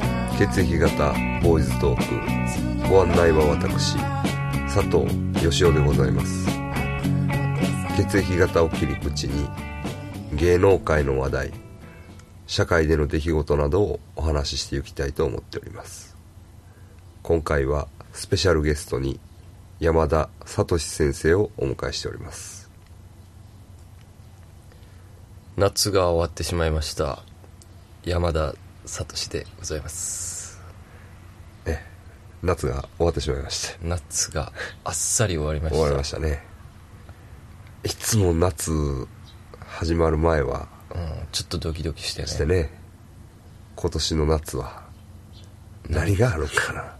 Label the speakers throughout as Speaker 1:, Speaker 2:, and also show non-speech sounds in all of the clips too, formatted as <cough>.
Speaker 1: 関方ボーイズトークご案内は私佐藤義雄でございます血液型を切り口に芸能界の話題社会での出来事などをお話ししていきたいと思っております今回はスペシャルゲストに山田聡先生をお迎えしております
Speaker 2: 夏が終わってしまいました山田聡でございます
Speaker 1: 夏が終わってしまいまして
Speaker 2: 夏があっさり終わりました
Speaker 1: 終わりましたねいつも夏始まる前は
Speaker 2: うん、ちょっとドキドキしてね
Speaker 1: してね今年の夏は何があるかな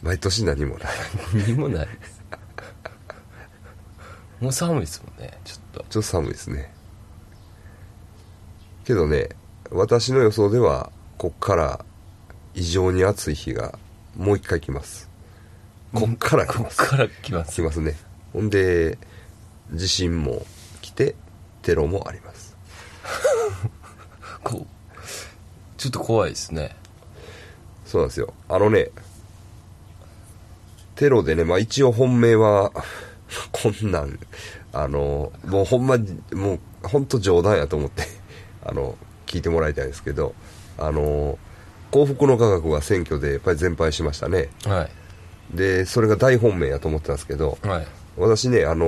Speaker 1: 毎年何もない
Speaker 2: 何もないです <laughs> もう寒いですもんねちょっと
Speaker 1: ちょっと寒いですねけどね私の予想ではこっから異常に暑い日がもう一回来ますこっから来
Speaker 2: こ
Speaker 1: ま
Speaker 2: っ
Speaker 1: す
Speaker 2: から来ます
Speaker 1: 来ますねほんで地震も来てテロもあります
Speaker 2: こうちょっと怖いですね
Speaker 1: そうなんですよ。あのね、テロでね、まあ一応本命は、 <laughs> こんなん、あの、もうほんま、もうほんと冗談やと思って、あの、聞いてもらいたいんですけど、あの、幸福の科学が選挙でやっぱり全敗しましたね。
Speaker 2: は
Speaker 1: で、それが大本命やと思ってたんですけど、
Speaker 2: いはい
Speaker 1: 私ね、あの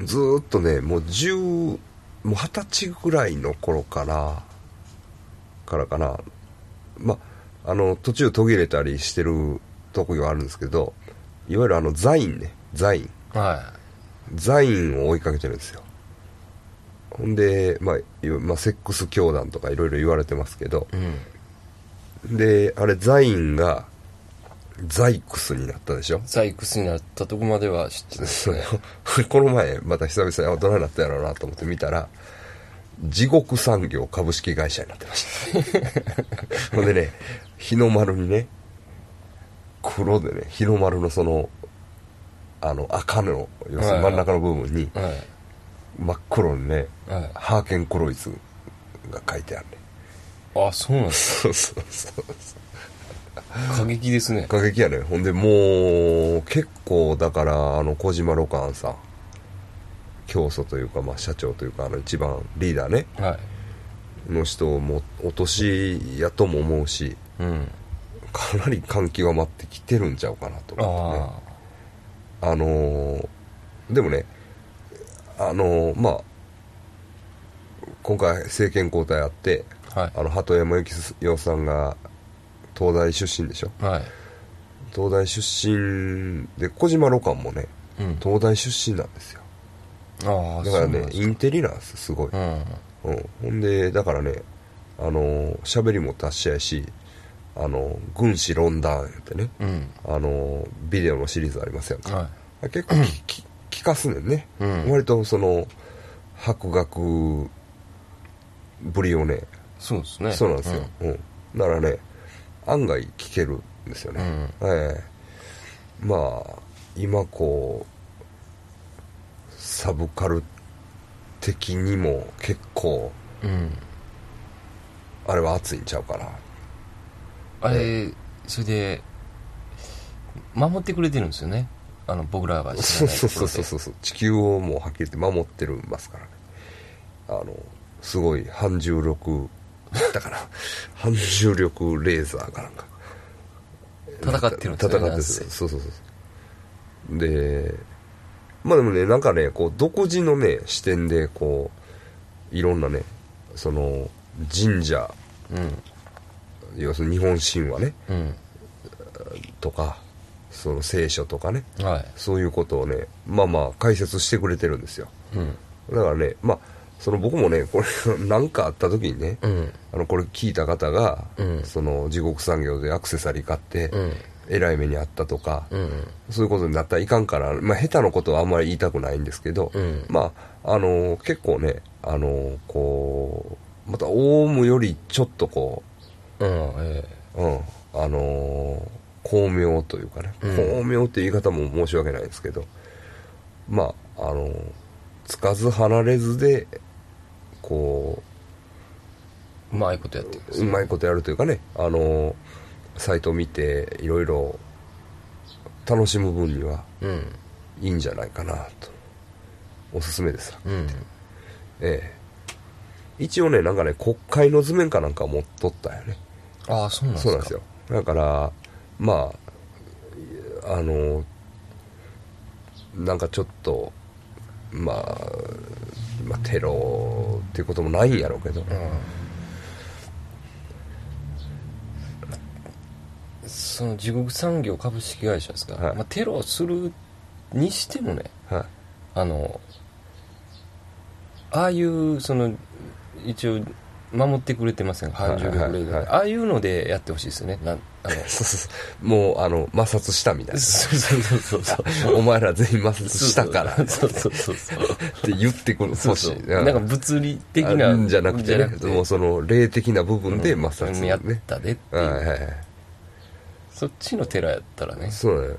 Speaker 1: ーずーっとね、もう十、もう二十歳ぐらいの頃から、からかな、ま、あの、途中途切れたりしてる特技はあるんですけど、いわゆるあの、ザインね、ザイン。
Speaker 2: は
Speaker 1: ザインを追いかけてるんですよ。ほんで、まあ、いわまあ、セックス教団とかいろいろ言われてますけど、
Speaker 2: いうん
Speaker 1: で、あれ、ザインが、ザイクスになったでしょ
Speaker 2: ザイクスになったとこまでは知ってますね
Speaker 1: <laughs> この前また久々にあどないなったやろうなと思って見たら地獄産業株式会社になってました <laughs> ほんでね日の丸にね黒でね日の丸のそのあの赤の要するに真ん中の部分に
Speaker 2: は
Speaker 1: 真っ黒にね、
Speaker 2: はい
Speaker 1: ハーケン・コロイズが書いてあるね
Speaker 2: いあそうなんで
Speaker 1: <laughs>
Speaker 2: す
Speaker 1: そうそうそうそう
Speaker 2: 過激ですね
Speaker 1: 過激やねほんでもう結構だからあの小島ロカンさん教祖というか、まあ、社長というかあの一番リーダーね
Speaker 2: は
Speaker 1: の人もお年やとも思うし
Speaker 2: いうん
Speaker 1: かなり感極まってきてるんちゃうかなと
Speaker 2: あ
Speaker 1: 思ってね
Speaker 2: あ
Speaker 1: あのーでもねあのーまあ今回政権交代あって
Speaker 2: はい
Speaker 1: あの鳩山由紀夫さんが東大出身でしょ
Speaker 2: はい
Speaker 1: 東大出身で小島露館もね
Speaker 2: うん
Speaker 1: 東大出身なんですよ
Speaker 2: ああ
Speaker 1: だから
Speaker 2: そうなん
Speaker 1: ね
Speaker 2: です
Speaker 1: インテリなんですすごい、
Speaker 2: うん
Speaker 1: うん、ほんでだからねあの喋りも達者やしあの軍師論談ってね
Speaker 2: うん
Speaker 1: あのビデオのシリーズありますやんか
Speaker 2: は
Speaker 1: 結構
Speaker 2: <clears throat>
Speaker 1: き、き聞かすねんね、
Speaker 2: うん
Speaker 1: 割とその博学ぶりをね
Speaker 2: いそうですね
Speaker 1: そうなんですよ、うんだからね案外聞けるんですよね、ええまあ今こうサブカル的にも結構
Speaker 2: うん、うん
Speaker 1: あれは熱いんちゃうかな
Speaker 2: あれ、それで、守ってくれてるんですよね。あの、僕らが知
Speaker 1: そう
Speaker 2: らない
Speaker 1: そう
Speaker 2: とこ
Speaker 1: そ
Speaker 2: ろ
Speaker 1: う
Speaker 2: で。
Speaker 1: そうそう <laughs> 地球をもうはっきり言って守ってるますからねあのすごい半重力だから <laughs> 半重力レーザーかなんか
Speaker 2: 戦ってるんですよね。
Speaker 1: 戦ってるそうそうそうそうでまあでもねなんかねこう独自のね視点でこういろんなねその神社
Speaker 2: なんせ
Speaker 1: 要するに日本神話ね
Speaker 2: うん。
Speaker 1: とかその聖書とかね
Speaker 2: うん。はい。
Speaker 1: そういうことをねまあまあ解説してくれてるんですよ
Speaker 2: うん。
Speaker 1: だからねまあその僕もねこれ <laughs> 何かあった時にね、
Speaker 2: うん。
Speaker 1: あのこれ聞いた方が、
Speaker 2: うん
Speaker 1: その地獄産業でアクセサリー買って、
Speaker 2: うん。
Speaker 1: えらい目にあったとか、
Speaker 2: うん。
Speaker 1: そういうことになったらいかんから、まあ、下手なことはあんまり言いたくないんですけど、
Speaker 2: うん
Speaker 1: まあ、あの結構ね、あのこう、また、オウムよりちょっとこ
Speaker 2: うん。え
Speaker 1: う、うん、あの巧妙というかね、
Speaker 2: うん
Speaker 1: 巧妙って言い方も申し訳ないですけど、まあ、あのつかず離れずで、こ
Speaker 2: えうまいことやってるんです
Speaker 1: うまいことやるというかねあのサイト見ていろいろ楽しむ分には
Speaker 2: うん
Speaker 1: いいんじゃないかなとおすすめです
Speaker 2: うん
Speaker 1: ええ一応ねなんかね国会の図面かなんか持っとったよね
Speaker 2: ああそうなんです
Speaker 1: そ
Speaker 2: か
Speaker 1: うなんですよだからまああのなんかちょっとまあ、まあ、テロっていうこともないんやろうけど、
Speaker 2: うんその地獄産業株式会社ですか、
Speaker 1: はい
Speaker 2: まあ、テロするにしてもね
Speaker 1: はい
Speaker 2: あのああいうその一応守ってくれてません
Speaker 1: はい
Speaker 2: 反重力レーダーで、
Speaker 1: はいはい
Speaker 2: ああいうのでやってほしいですよねなんあの
Speaker 1: そうそうそう <laughs> もうあの摩擦したみたい
Speaker 2: <laughs> そうそうそうそう
Speaker 1: なお前ら全員摩擦したからっ
Speaker 2: そうそうそうそう
Speaker 1: て言ってくる組
Speaker 2: そうそう
Speaker 1: 織
Speaker 2: なんか物理的な
Speaker 1: じゃなくてねもうその霊的な部分で摩擦
Speaker 2: うん
Speaker 1: ね、
Speaker 2: やったでっていう、
Speaker 1: はいはいはい
Speaker 2: そっちの寺やったらね
Speaker 1: そうだよ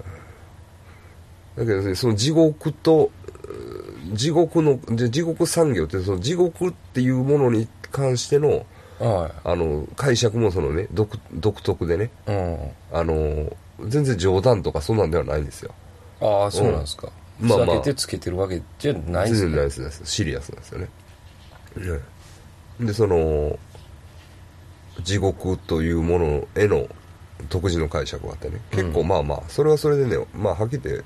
Speaker 1: だけどねその地獄とうー地獄ので地獄産業ってその地獄っていうものに関しての
Speaker 2: は
Speaker 1: あの解釈もそのね独独特でね
Speaker 2: いうん
Speaker 1: あの全然冗談とかそんなんではないんですよ
Speaker 2: ああそうなんですか、
Speaker 1: うんまあまあ
Speaker 2: ふざけてつけてるわけじゃない
Speaker 1: 全
Speaker 2: です
Speaker 1: 然
Speaker 2: ね
Speaker 1: ないですないですシリアスなんですよね、うんでその地獄というものへの独自の解釈があってね結構まあまあそれはそれでねまあはっきり言って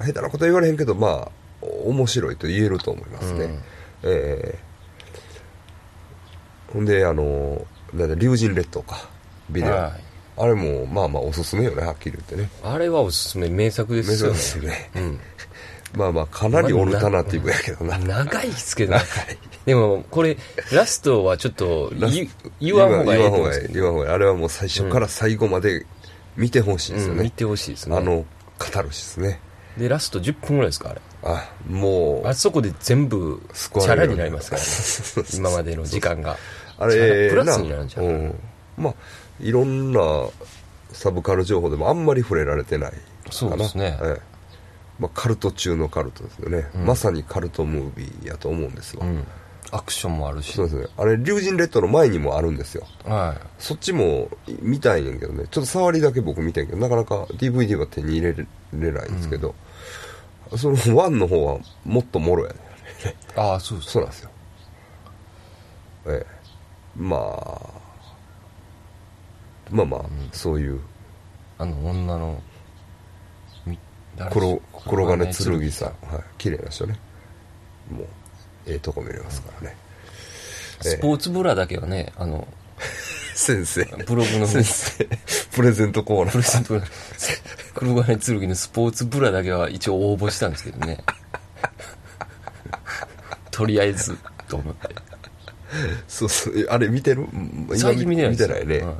Speaker 1: 下手なことは言われへんけどまあ面白いと言えると思いますね、
Speaker 2: うん
Speaker 1: ええほんであのなんだ竜神列島かビデオ、
Speaker 2: はい
Speaker 1: あれもまあまあおすすめよねはっきり言ってね
Speaker 2: あれはおすすめ名作で
Speaker 1: 珍
Speaker 2: すよね
Speaker 1: しいね
Speaker 2: うん、
Speaker 1: まあまあかなりオルタナティブやけどな
Speaker 2: 長いですけどでもこれラストはちょっと
Speaker 1: ラス
Speaker 2: 言言わん方がいい
Speaker 1: 言わ
Speaker 2: と思うん
Speaker 1: ん方
Speaker 2: で
Speaker 1: が
Speaker 2: す
Speaker 1: い
Speaker 2: け
Speaker 1: い
Speaker 2: ど
Speaker 1: 言わん方がいいあれはもう最初から最後まで見てほしいですよ
Speaker 2: うん見
Speaker 1: ね、
Speaker 2: てほしいですね
Speaker 1: あのカタルシスね
Speaker 2: でラスト10分ぐらいですかあれ
Speaker 1: あもう
Speaker 2: あそこで全部チ
Speaker 1: 救わ
Speaker 2: ャ
Speaker 1: れ
Speaker 2: ラ
Speaker 1: る
Speaker 2: になりますから
Speaker 1: <laughs>
Speaker 2: ね今までの時間が
Speaker 1: あ
Speaker 2: チャ
Speaker 1: れ
Speaker 2: ラプラスになるんじゃ
Speaker 1: う
Speaker 2: ない
Speaker 1: ん、まあいろんなサブカル情報でもあんまり触れられてないかな
Speaker 2: そうですね
Speaker 1: ええまあ、カルト中のカルトですよね、
Speaker 2: うん
Speaker 1: まさにカルトムービーやと思うんですわ、
Speaker 2: うんアクションもあるし
Speaker 1: そうですねあれ竜神レッドの前にもあるんですよ
Speaker 2: は
Speaker 1: そっちも見たいんやけどね、ちょっと触りだけ僕見たいけど、なかなか DVD は手に入れれないんですけど、その1の方はもっともろやね。
Speaker 2: いああそうで
Speaker 1: <laughs>
Speaker 2: す
Speaker 1: そうなんですよ。ええ。まあ、まあまあ、そういう
Speaker 2: あの女のみ誰でし
Speaker 1: 黒
Speaker 2: ょ、
Speaker 1: 黒金剣さん、はい、綺麗な人ね。もう、ええとこ見れますからね。ええ
Speaker 2: スポーツブラだけはねあの
Speaker 1: 先生、
Speaker 2: ブログの
Speaker 1: 先生、 <laughs> プレゼントコーナ
Speaker 2: プレ
Speaker 1: ー。
Speaker 2: ゼントが黒金剣のスポーツブラだけは一応応募したんですけど
Speaker 1: <laughs>
Speaker 2: ねとりあえずと思って
Speaker 1: そうそう、えあれ見てるうん今
Speaker 2: 最近見てない
Speaker 1: 見
Speaker 2: です
Speaker 1: てないね。
Speaker 2: はい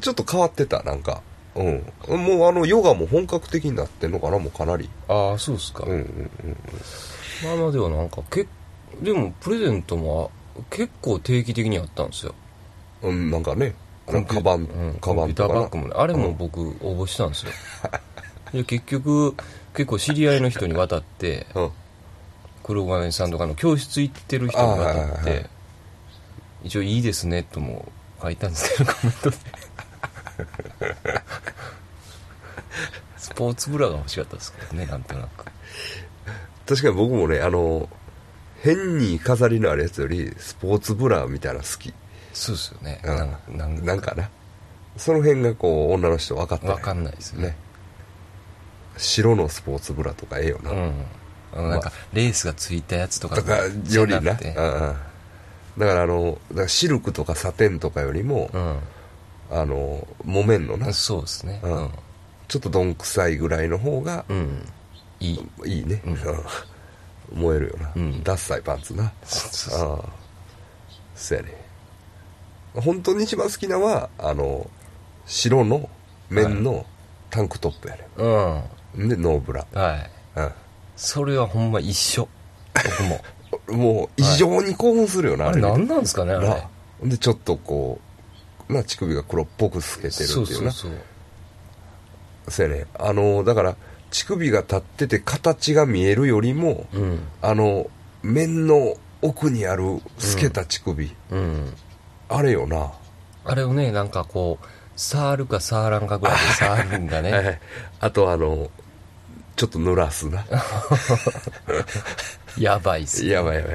Speaker 1: ちょっと変わってた、なんか。うん。もうあの、ヨガも本格的になってんのかな、もうかなり。
Speaker 2: ああそうですか、
Speaker 1: うんうんうん。
Speaker 2: まあまあではなんかけでもプレゼントもあ結構定期的にあったんですよ
Speaker 1: うん、なんかね、
Speaker 2: コンピュ
Speaker 1: カバン、
Speaker 2: うん
Speaker 1: カバンと
Speaker 2: コンピューター
Speaker 1: か
Speaker 2: バッグもねあれも僕応募したんですよ、で結局結構知り合いの人に渡って
Speaker 1: な。うん。
Speaker 2: 黒金さんとかの教室行ってる人に渡っ
Speaker 1: あー
Speaker 2: て、
Speaker 1: はいはいはい
Speaker 2: 一応いいですねとも書いたんですけどコメン
Speaker 1: <laughs>
Speaker 2: トでスポーツブラが欲しかったですけどねなんとなく
Speaker 1: 確かに僕もね、あの、変に飾りのあるやつより、スポーツブラみたいなの好き。
Speaker 2: そうですよね、
Speaker 1: うん
Speaker 2: なんなん
Speaker 1: なんかな。その辺がこう、女の人分かった、
Speaker 2: わかんないですよね
Speaker 1: ね。白のスポーツブラとかええよな。
Speaker 2: うんあのなんかレースがついたやつとか
Speaker 1: とかよりな。
Speaker 2: じゃ
Speaker 1: うんう
Speaker 2: くて
Speaker 1: ん。だからあの、だからシルクとかサテンとかよりも、あの、木綿の
Speaker 2: う
Speaker 1: な、
Speaker 2: んそうですね
Speaker 1: うんちょっとどんくさいぐらいの方が
Speaker 2: うん、うん、いい
Speaker 1: いいね、
Speaker 2: うん
Speaker 1: 燃えるよな、
Speaker 2: うん
Speaker 1: ダッサいパンツなあ
Speaker 2: そうそうそう
Speaker 1: あそうやね本当に一番好きなのはあの白の面のタンクトップやね、
Speaker 2: うんは
Speaker 1: でノーブラ、
Speaker 2: いそれはほんま一緒僕も
Speaker 1: うん、もう異常に興奮するよな、
Speaker 2: あ
Speaker 1: あれ
Speaker 2: れ何なんですかねあれ
Speaker 1: なあでちょっとこうな乳首が黒っぽく透けてるっていう
Speaker 2: そ
Speaker 1: な
Speaker 2: うそうそう
Speaker 1: そうやねあのだから乳首が立ってて形が見えるよりも、
Speaker 2: うん
Speaker 1: あの面の奥にある透けた乳首、
Speaker 2: うん
Speaker 1: あれよな。
Speaker 2: あれをね、なんかこう、触るか触らんかぐらいで触るんだ <laughs>
Speaker 1: は
Speaker 2: ね。
Speaker 1: い。あとあの、ちょっと濡らすな。
Speaker 2: やばいっす。
Speaker 1: やばいやば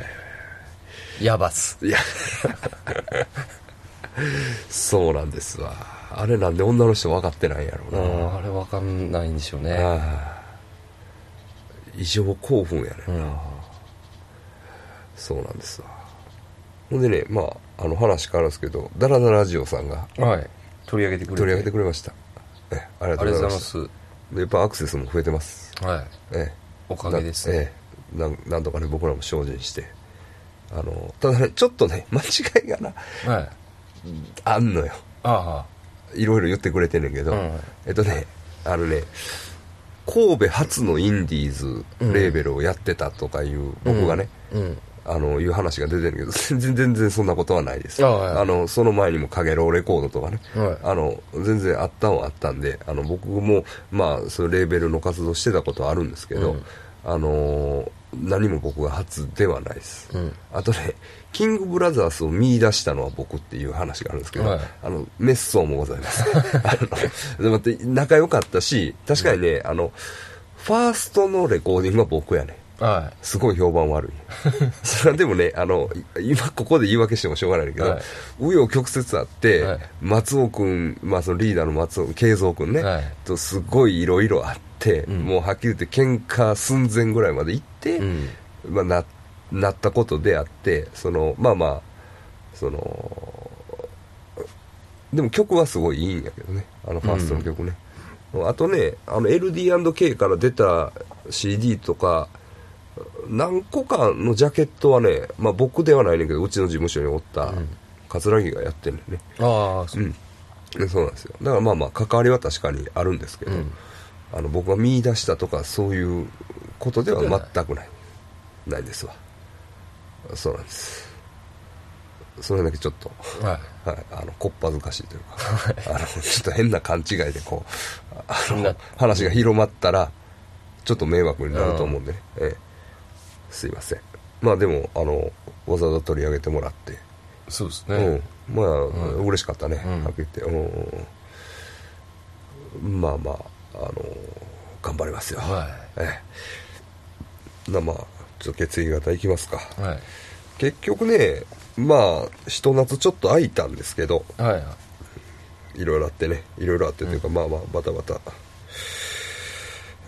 Speaker 1: い。
Speaker 2: やばっす。
Speaker 1: いや。そうなんですわ。あれなんで女の人分かってないんや
Speaker 2: う
Speaker 1: ろ
Speaker 2: ん、あれわかんないんでしょう
Speaker 1: う
Speaker 2: ね。
Speaker 1: な。ああ異常興奮やね、
Speaker 2: うん。
Speaker 1: そうなんですわ。ほんでね、まあ、あの話変わるんですけど、ダラダラジオさんが
Speaker 2: はい。取り上げてくれて。
Speaker 1: 取り上げてくれました。ええありが
Speaker 2: あ
Speaker 1: と
Speaker 2: り
Speaker 1: う
Speaker 2: が
Speaker 1: ご
Speaker 2: と
Speaker 1: ざい
Speaker 2: うござい
Speaker 1: ま。
Speaker 2: ますす。
Speaker 1: やっぱアクセスも増えてます。
Speaker 2: はい。
Speaker 1: ええ
Speaker 2: おかげです、
Speaker 1: なええなんなんとかね僕らも精進してあのただねちょっとね間違いがな
Speaker 2: はい。
Speaker 1: あんのよ
Speaker 2: あ
Speaker 1: いろいろ言ってくれてんねんけど、
Speaker 2: うん
Speaker 1: えっとねあのね神戸初のインディーズレーベルをやってたとかいう、
Speaker 2: あ。
Speaker 1: 僕がね、
Speaker 2: うん。
Speaker 1: あのいう話が出てるけど全然全然そんなことはないです
Speaker 2: あはい
Speaker 1: のその前にも「かげろうレコード」とかね、
Speaker 2: はい
Speaker 1: あの全然あったんはあったんであの僕もまあそういうレーベルの活動してたことはあるんですけど、
Speaker 2: うん
Speaker 1: あのー何も僕が初ではないです、
Speaker 2: うん
Speaker 1: あとねキングブラザーズを見出したのは僕っていう話があるんですけど、
Speaker 2: はい
Speaker 1: あのメッソーもございます
Speaker 2: <laughs>
Speaker 1: あの待って仲良かったし確かにね、あのファーストのレコーディングは僕やね
Speaker 2: は
Speaker 1: すごい評判
Speaker 2: <laughs>
Speaker 1: 悪いそれはでもねあのい今ここで言い訳してもしょうがないけど
Speaker 2: はい
Speaker 1: 紆余、曲折あって、
Speaker 2: はい
Speaker 1: 松尾君、まあ、そのリーダーの松尾慶三君ね、
Speaker 2: はい
Speaker 1: とすごいいろいろあって、
Speaker 2: うん
Speaker 1: もうはっきり言って喧嘩寸前ぐらいまで行って、
Speaker 2: い。うん。
Speaker 1: まあ、ななったことであってそのまあまあそのでも曲はすごいいいんやけどねあのファーストの曲ね、あとねあの LD&K から出た CD とか何個かのジャケットはね、まあ、僕ではないねんけどうちの事務所におった桂木がやってるんだよね、
Speaker 2: ああ、そううん
Speaker 1: でそうなんですよだからまあまあ関わりは確かにあるんですけど、
Speaker 2: うん
Speaker 1: あの僕が見出したとかそういうことでは全くないないですわそうなんですそれだけちょっと、
Speaker 2: はい。
Speaker 1: はい、あのこっぱずかしいというかあのちょっと変な勘違いでこうあ
Speaker 2: みん
Speaker 1: の
Speaker 2: な
Speaker 1: 話が広まったらちょっと迷惑になると思うんでね、ええ、すいませんまあでもあのわざわざ取り上げてもらって
Speaker 2: そうですね。
Speaker 1: うん、まあ、
Speaker 2: ん
Speaker 1: 嬉しかったね、
Speaker 2: うん
Speaker 1: はっきり言って、うん、まあまあ、あの頑張りますよ、
Speaker 2: は
Speaker 1: ええなまあちょっと血液型いきますか
Speaker 2: い。はい。
Speaker 1: 結局ねまあひと夏ちょっと空いたんですけど
Speaker 2: はい。
Speaker 1: いろいろあってねいろいろあってというか、まあまあバタバタ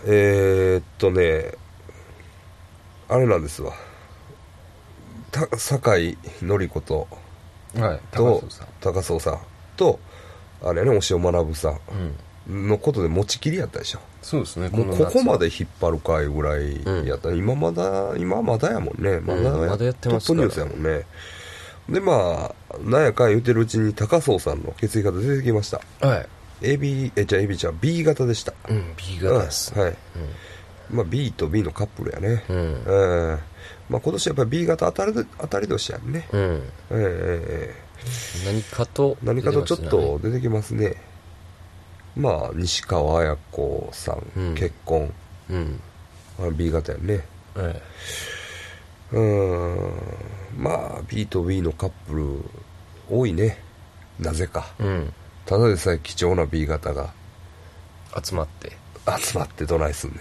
Speaker 1: えー、っとねあれなんですわた酒井紀子と
Speaker 2: はい。
Speaker 1: と
Speaker 2: 高須さん。
Speaker 1: 高荘さんとあれやね押尾学さ
Speaker 2: うん。
Speaker 1: んのことで持ちきりやったでしょ
Speaker 2: そうですね。
Speaker 1: もうここま
Speaker 2: で。
Speaker 1: で引っ張るかいぐらいやった、今まだ今まだやもんねまだ
Speaker 2: うんまだやってます
Speaker 1: ト
Speaker 2: か
Speaker 1: ップ
Speaker 2: ら
Speaker 1: ニュースやもんねでまあなんやかん言うてるうちに高荘さんの血液型出てきました
Speaker 2: はい。
Speaker 1: AB えじゃあ AB ちゃん B 型でした
Speaker 2: うん。B 型です。
Speaker 1: はい、まあ、B と B のカップルやね
Speaker 2: うん
Speaker 1: んまあ、今年やっぱり B 型当たりど当たり年やんね、
Speaker 2: うん。うん。
Speaker 1: ええええ
Speaker 2: 何かと出
Speaker 1: 何
Speaker 2: て
Speaker 1: か
Speaker 2: ますね、
Speaker 1: とちょっと出てきますねまあ西川綾子さん、
Speaker 2: うん
Speaker 1: 結婚
Speaker 2: うん。
Speaker 1: あ B 型やね
Speaker 2: え
Speaker 1: うーんまあ B と B のカップル多いねなぜか
Speaker 2: え。うん。
Speaker 1: ただでさえ貴重な B 型が
Speaker 2: 集まって、
Speaker 1: 集まってどないすんね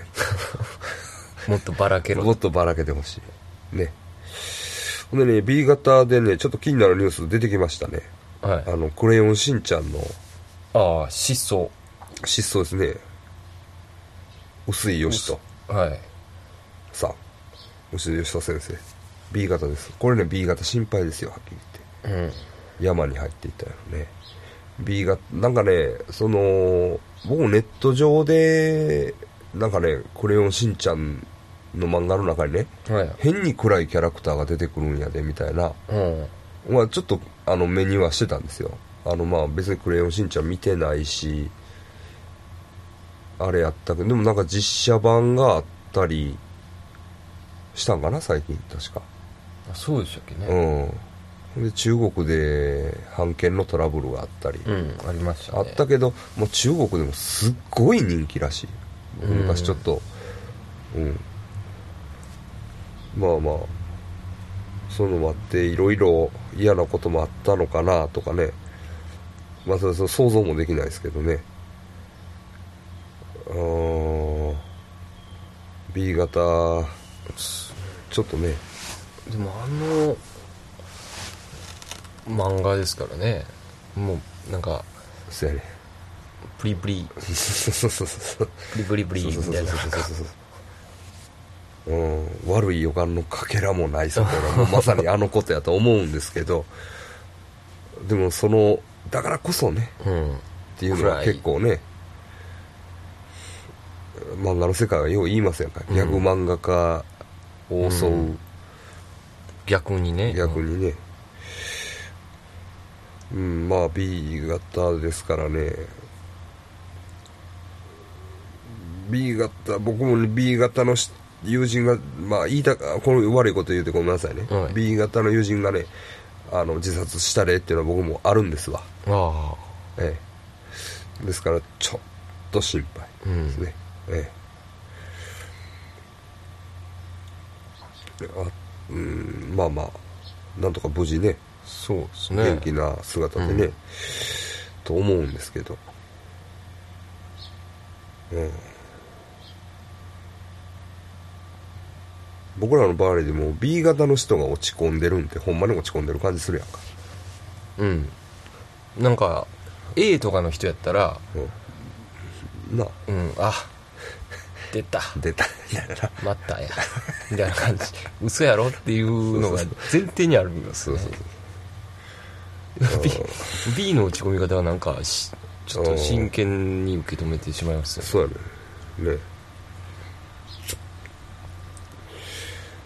Speaker 2: もっとばらけ
Speaker 1: ん <laughs>
Speaker 2: ろ。
Speaker 1: もっとばらけてほしいねほんでね B 型でねちょっと気になるニュース出てきましたね
Speaker 2: はい
Speaker 1: あ。の「クレヨンしんちゃん」の
Speaker 2: ああ、失踪。
Speaker 1: 失踪ですね薄井義人
Speaker 2: はい。
Speaker 1: さん吉田吉田先生 B 型ですこれね B 型心配ですよはっきり言って
Speaker 2: うん。
Speaker 1: 山に入っていったよね B 型なんかねその僕もネット上でなんかね「クレヨンしんちゃん」の漫画の中にね
Speaker 2: はい。
Speaker 1: 変に暗いキャラクターが出てくるんやでみたいな
Speaker 2: うん。
Speaker 1: まあちょっとあの目にはしてたんですよあのまあ別に「クレヨンしんちゃん」見てないしあれやったけどでもなんか実写版があったりしたんかな最近確か
Speaker 2: あそうでしたっけね。
Speaker 1: うんで中国で版権のトラブルがあったり、
Speaker 2: うん。ありましたね。
Speaker 1: あったけどもう中国でもすっごい人気らしい僕昔ちょっとうんまあまあそういうのもあっていろいろ嫌なこともあったのかなとかねまあそれそれ想像もできないですけどねうーん B 型ちちょっとね
Speaker 2: でもあの漫画ですからねもうなんか
Speaker 1: そうやね <laughs>
Speaker 2: プリプリ
Speaker 1: そうそうそうそう
Speaker 2: プリプリプリみ
Speaker 1: そうそう
Speaker 2: た
Speaker 1: そう
Speaker 2: いななんか
Speaker 1: そううん、悪い予感のかけらもないそこら
Speaker 2: <laughs>
Speaker 1: もうまさにあのことやと思うんですけどでもそのだからこそね
Speaker 2: うん
Speaker 1: っていうのは
Speaker 2: 暗い
Speaker 1: 結構ね漫画の世界はよう言いますやんか、
Speaker 2: うん
Speaker 1: ギャグ漫画家を襲う
Speaker 2: 逆にね
Speaker 1: 逆にね、うん、まあ B 型ですからね B 型僕もね B 型のし友人がまあ言いたかこの悪いこと言うてごめんなさいね、
Speaker 2: はい
Speaker 1: B 型の友人がねあの自殺した例っていうのは僕もあるんですわ
Speaker 2: あ
Speaker 1: ええ、ですからちょっと心配
Speaker 2: あうん
Speaker 1: ですね、ええあうんまあまあなんとか無事ね
Speaker 2: そうですね
Speaker 1: 元気な姿でね、
Speaker 2: うん
Speaker 1: と思うんですけど、うん、僕らの場合でも B 型の人が落ち込んでるんってほんまに落ち込んでる感じするやんか、
Speaker 2: うんなんか A とかの人やったら
Speaker 1: うん、なあ
Speaker 2: うんあ出た
Speaker 1: 出たみたいな
Speaker 2: またやみたいな感じ嘘やろっていうのが前提にあるんです
Speaker 1: そう
Speaker 2: ね
Speaker 1: そうそう
Speaker 2: B, B の打ち込み方はなんかしちょっと真剣に受け止めてしまいますよね
Speaker 1: そうやねね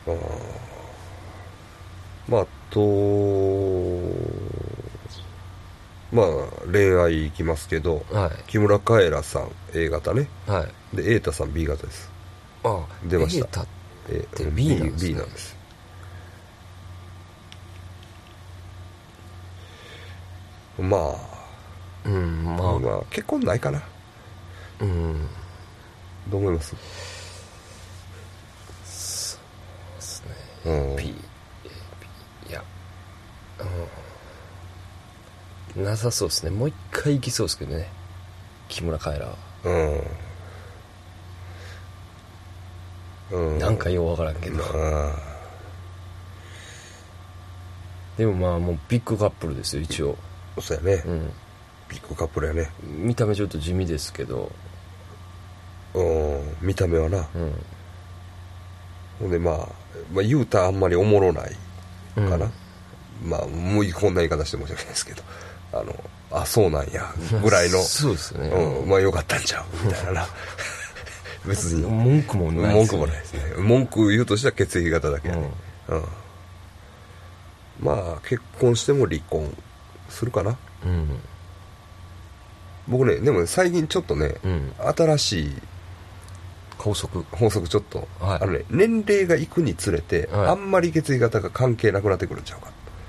Speaker 1: あーまああとまあ恋愛いきますけど
Speaker 2: は
Speaker 1: 木村カエラさん A 型ね
Speaker 2: いはい
Speaker 1: で瑛太さん B 型です、
Speaker 2: あ
Speaker 1: 出ました
Speaker 2: データ
Speaker 1: A
Speaker 2: で B なんですね
Speaker 1: B なんですま
Speaker 2: うんま
Speaker 1: あ、
Speaker 2: あ、
Speaker 1: まあ結婚ないかな
Speaker 2: うん
Speaker 1: どう思います
Speaker 2: ですね
Speaker 1: うん
Speaker 2: P, B いやうんなさそうですねもう一回行きそうですけどね木村カエラは
Speaker 1: うん。うん。
Speaker 2: なんかようわからんけど
Speaker 1: あ
Speaker 2: でもまあもうビッグカップルですよ一応
Speaker 1: あ、そうやね
Speaker 2: う。ん
Speaker 1: ビッグカップルやね。
Speaker 2: 見た目ちょっと地味ですけど
Speaker 1: うん。見た目はな。
Speaker 2: うん
Speaker 1: ほんで、まあ、まあ、言うたらあんまりおもろないかな。まあ、もうこんな言い方して申し訳ないですけど、あの、あ、そうなんや、ぐらいの、
Speaker 2: <laughs> そうですね、
Speaker 1: うん、まあよかったんちゃう、みたいな
Speaker 2: <laughs>
Speaker 1: な。別に、
Speaker 2: 文句もないで
Speaker 1: 文
Speaker 2: す
Speaker 1: 句
Speaker 2: よ
Speaker 1: もないですね。文句言うとしたら血液型だけやね。うん、まあ結婚しても離婚するかな
Speaker 2: うん
Speaker 1: 僕ねでもね最近ちょっとね、
Speaker 2: うん、うん、
Speaker 1: 新しい
Speaker 2: 高速
Speaker 1: 法則ちょっと、
Speaker 2: はい
Speaker 1: あのね年齢がいくにつれて、
Speaker 2: はい
Speaker 1: あんまり血液型が関係なくなってくるんちゃうか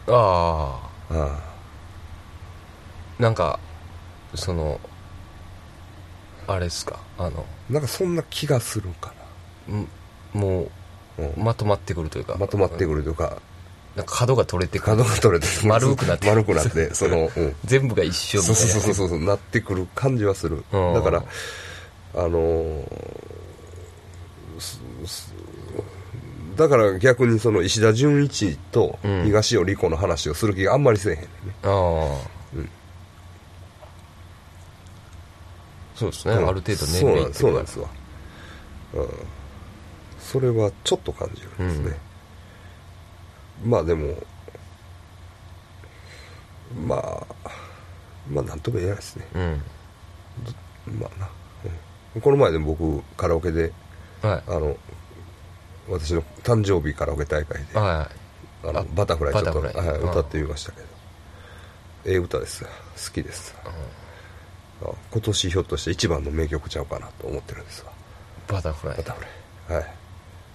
Speaker 2: あ
Speaker 1: あ
Speaker 2: あなんかそのあれですかあの
Speaker 1: あなんかそんな気がするか
Speaker 2: んもう
Speaker 1: な、うん
Speaker 2: まとまってくるというか
Speaker 1: まとまってくるというか
Speaker 2: なんか角が取れてくる
Speaker 1: 角が取れて
Speaker 2: 丸くなって
Speaker 1: 丸くなってその、うん、
Speaker 2: 全部が一緒みた
Speaker 1: そ
Speaker 2: いうな
Speaker 1: そうそうそうそうなってくる感じはする、
Speaker 2: うん
Speaker 1: だからあのーすすだから逆にその石田純一と
Speaker 2: うん
Speaker 1: 東尾理子の話をする気があんまりせえへんねんね、
Speaker 2: ああ、
Speaker 1: うん
Speaker 2: そうですね、
Speaker 1: うん
Speaker 2: ある程度年
Speaker 1: そう
Speaker 2: 齢
Speaker 1: ないん
Speaker 2: って
Speaker 1: そうなんで
Speaker 2: るか
Speaker 1: すわ、うん、それはちょっと感じるんですね、まあでもまあまあなんとも言えないですね
Speaker 2: ら
Speaker 1: まあな、うんこの前でも僕カラオケで
Speaker 2: うんはい
Speaker 1: あの私の誕生日カラオケ大会で、
Speaker 2: は
Speaker 1: あ
Speaker 2: あ
Speaker 1: のバタフライちょっと、
Speaker 2: バタフライ
Speaker 1: はい
Speaker 2: うん
Speaker 1: 歌ってみましたけどええ歌です好きです、あ今年ひょっとして一番の名曲ちゃうかなと思ってるんですわ
Speaker 2: いバタフライ
Speaker 1: バタフライはい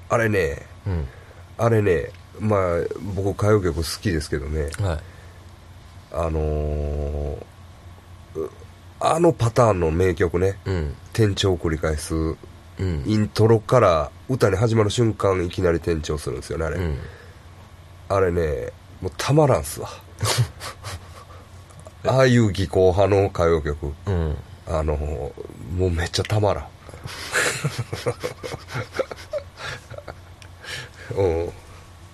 Speaker 1: あれね
Speaker 2: うん
Speaker 1: あれねまあ僕歌謡曲好きですけどね
Speaker 2: はい
Speaker 1: あのーうあのパターンの名曲ね
Speaker 2: うん
Speaker 1: 転調を繰り返す
Speaker 2: うん
Speaker 1: イントロから歌に始まる瞬間いきなり転調するんですよねあれ、
Speaker 2: うん
Speaker 1: あれねもうたまらんっすわ <laughs> ああいう技巧派の歌謡曲
Speaker 2: うん
Speaker 1: あのもうめっちゃたまらん <laughs> うん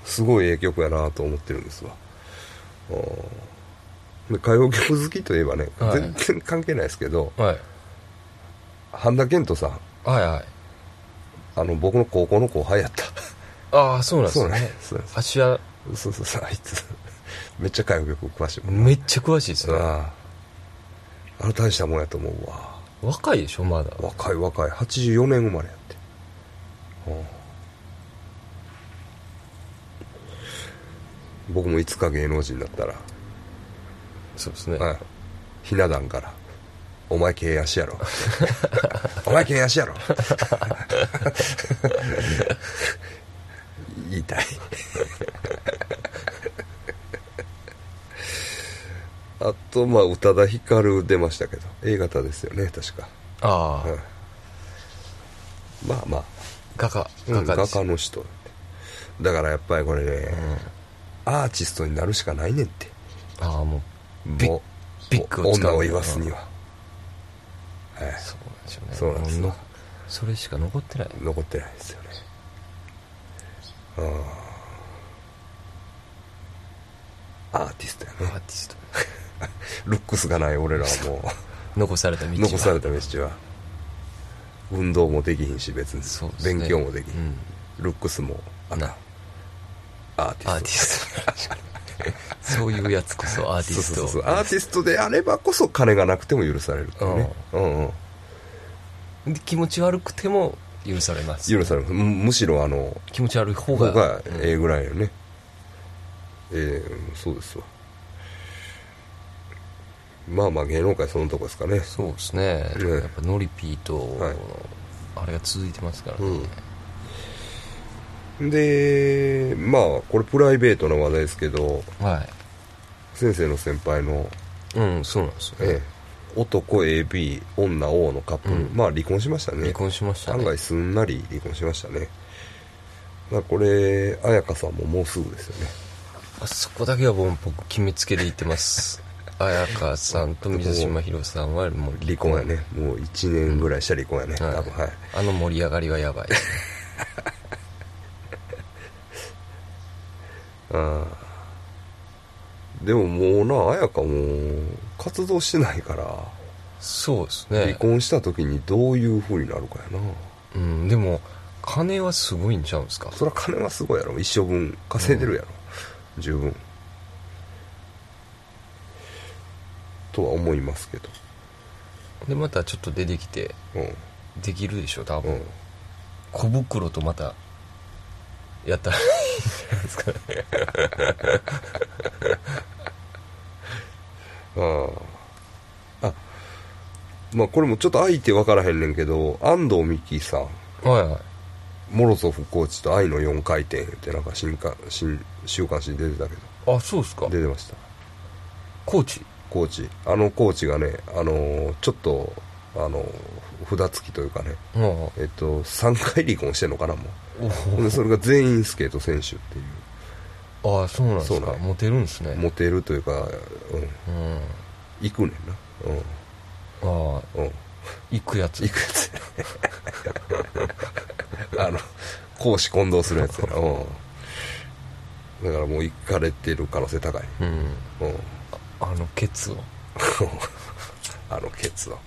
Speaker 1: すごいええ曲やなと思ってるんですわうんで歌謡曲好きといえばね、
Speaker 2: はい
Speaker 1: 全然関係ないですけど
Speaker 2: はい
Speaker 1: 半田健人さん
Speaker 2: はいはい
Speaker 1: あの僕の高校の後輩やった
Speaker 2: ああそうなんです
Speaker 1: そう
Speaker 2: ね
Speaker 1: ね <laughs> そうね
Speaker 2: 芦屋
Speaker 1: そうそうそうあいつめっちゃ歌謡曲詳しいもんな
Speaker 2: めっちゃ詳しいですね
Speaker 1: あああれ大したもんやと思うわ
Speaker 2: 若いでしょまだ
Speaker 1: 若い若い84年生まれやってうん僕もいつか芸能人だったら、
Speaker 2: そうですね
Speaker 1: はい、ひな壇から「お前経営足やろ <laughs> お前経営足やろ」 <laughs> 言いたい <laughs> あとまあ宇多田ヒカル出ましたけど A 型ですよね確か
Speaker 2: ああ
Speaker 1: はいまあまあ
Speaker 2: 画家
Speaker 1: 画
Speaker 2: 画
Speaker 1: 家
Speaker 2: 家です
Speaker 1: の人だからやっぱりこれね、
Speaker 2: うん
Speaker 1: アーティストになるしかないねんって
Speaker 2: ああもうビッ
Speaker 1: もう
Speaker 2: ビッグを使う
Speaker 1: 女を言わすには、はい、
Speaker 2: そうなんですよね
Speaker 1: そうなんですよ
Speaker 2: ものそれしか残ってない
Speaker 1: 残ってないですよねああアーティストや
Speaker 2: ア
Speaker 1: ね
Speaker 2: ーティスト
Speaker 1: ルックスがない俺らはも
Speaker 2: 残された道
Speaker 1: う <laughs>
Speaker 2: は
Speaker 1: 残された道は運動もできひんし別に、
Speaker 2: そうですね
Speaker 1: 勉強もできひ、
Speaker 2: うんん
Speaker 1: ルックスもあ
Speaker 2: な
Speaker 1: アーティスト
Speaker 2: アーティストそういうやつこそアーティスト
Speaker 1: そうそうそうアーティストであればこそ金がなくても許されるっていうね、うんうん、
Speaker 2: で気持ち悪くても許されます
Speaker 1: 許されるむむしろあの
Speaker 2: 気持ち悪い方
Speaker 1: 方が
Speaker 2: が
Speaker 1: ええぐらいよね、ええうんそうですわまあまあ芸能界そのとこですかね
Speaker 2: そうですね、
Speaker 1: うん
Speaker 2: やっぱノリピーと、
Speaker 1: はい
Speaker 2: あれが続いてますからね、
Speaker 1: うんでまあこれプライベートな話題ですけど
Speaker 2: は
Speaker 1: 先生の先輩の、
Speaker 2: いうんそうなんですよ、ね
Speaker 1: ええ男 AB 女 O のカップル、
Speaker 2: うん
Speaker 1: まあ離婚しましたね
Speaker 2: 離婚しました
Speaker 1: 案
Speaker 2: ね
Speaker 1: 外すんなり離婚しましたねまあこれ彩香さんももうすぐですよね
Speaker 2: あそこだけはもう僕決めつけで言ってます <laughs> 綾香さんと水島ひろさんはもう
Speaker 1: 離婚やねもう1年ぐらいしたら離婚やね、
Speaker 2: はい
Speaker 1: 多分はい
Speaker 2: あの盛り上がりはやばい
Speaker 1: あーでももうな彩香もう活動してないから
Speaker 2: そうですね
Speaker 1: 離婚した時にどういう風になるかやな
Speaker 2: うん、でも金はすごいんちゃうんですか
Speaker 1: そりゃ金はすごいやろ一生分稼いでるやろ、十分とは思いますけど
Speaker 2: でまたちょっと出てきて
Speaker 1: う
Speaker 2: できるでしょ多
Speaker 1: ん
Speaker 2: 分、
Speaker 1: うん
Speaker 2: 小袋とまたやったらいいんじゃないですかね
Speaker 1: あああまあこれもちょっと相手分からへんねんけど安藤美希さん
Speaker 2: <laughs> はいはい
Speaker 1: モロゾフコーチと愛の4回転ってなんか新刊新週刊誌に出てたけど
Speaker 2: あそうですか
Speaker 1: 出てました
Speaker 2: コーチ
Speaker 1: コーチあのコーチがねあのーちょっとあのー札付きというかね
Speaker 2: ああ
Speaker 1: えっと3回離婚してんのかなも
Speaker 2: お
Speaker 1: うでそれが全員スケート選手ってい
Speaker 2: おああそうなんです
Speaker 1: そう
Speaker 2: か
Speaker 1: なん
Speaker 2: モテるんですね
Speaker 1: うモテるというか、うん、
Speaker 2: うん
Speaker 1: 行くねんな
Speaker 2: ああ
Speaker 1: うんうん
Speaker 2: 行くやつ
Speaker 1: 行くやつ <laughs> あの公私混同するやつやなうんだからもう行かれてる可能性高い、
Speaker 2: うん
Speaker 1: うん、
Speaker 2: あのケツを
Speaker 1: <laughs> あのケツは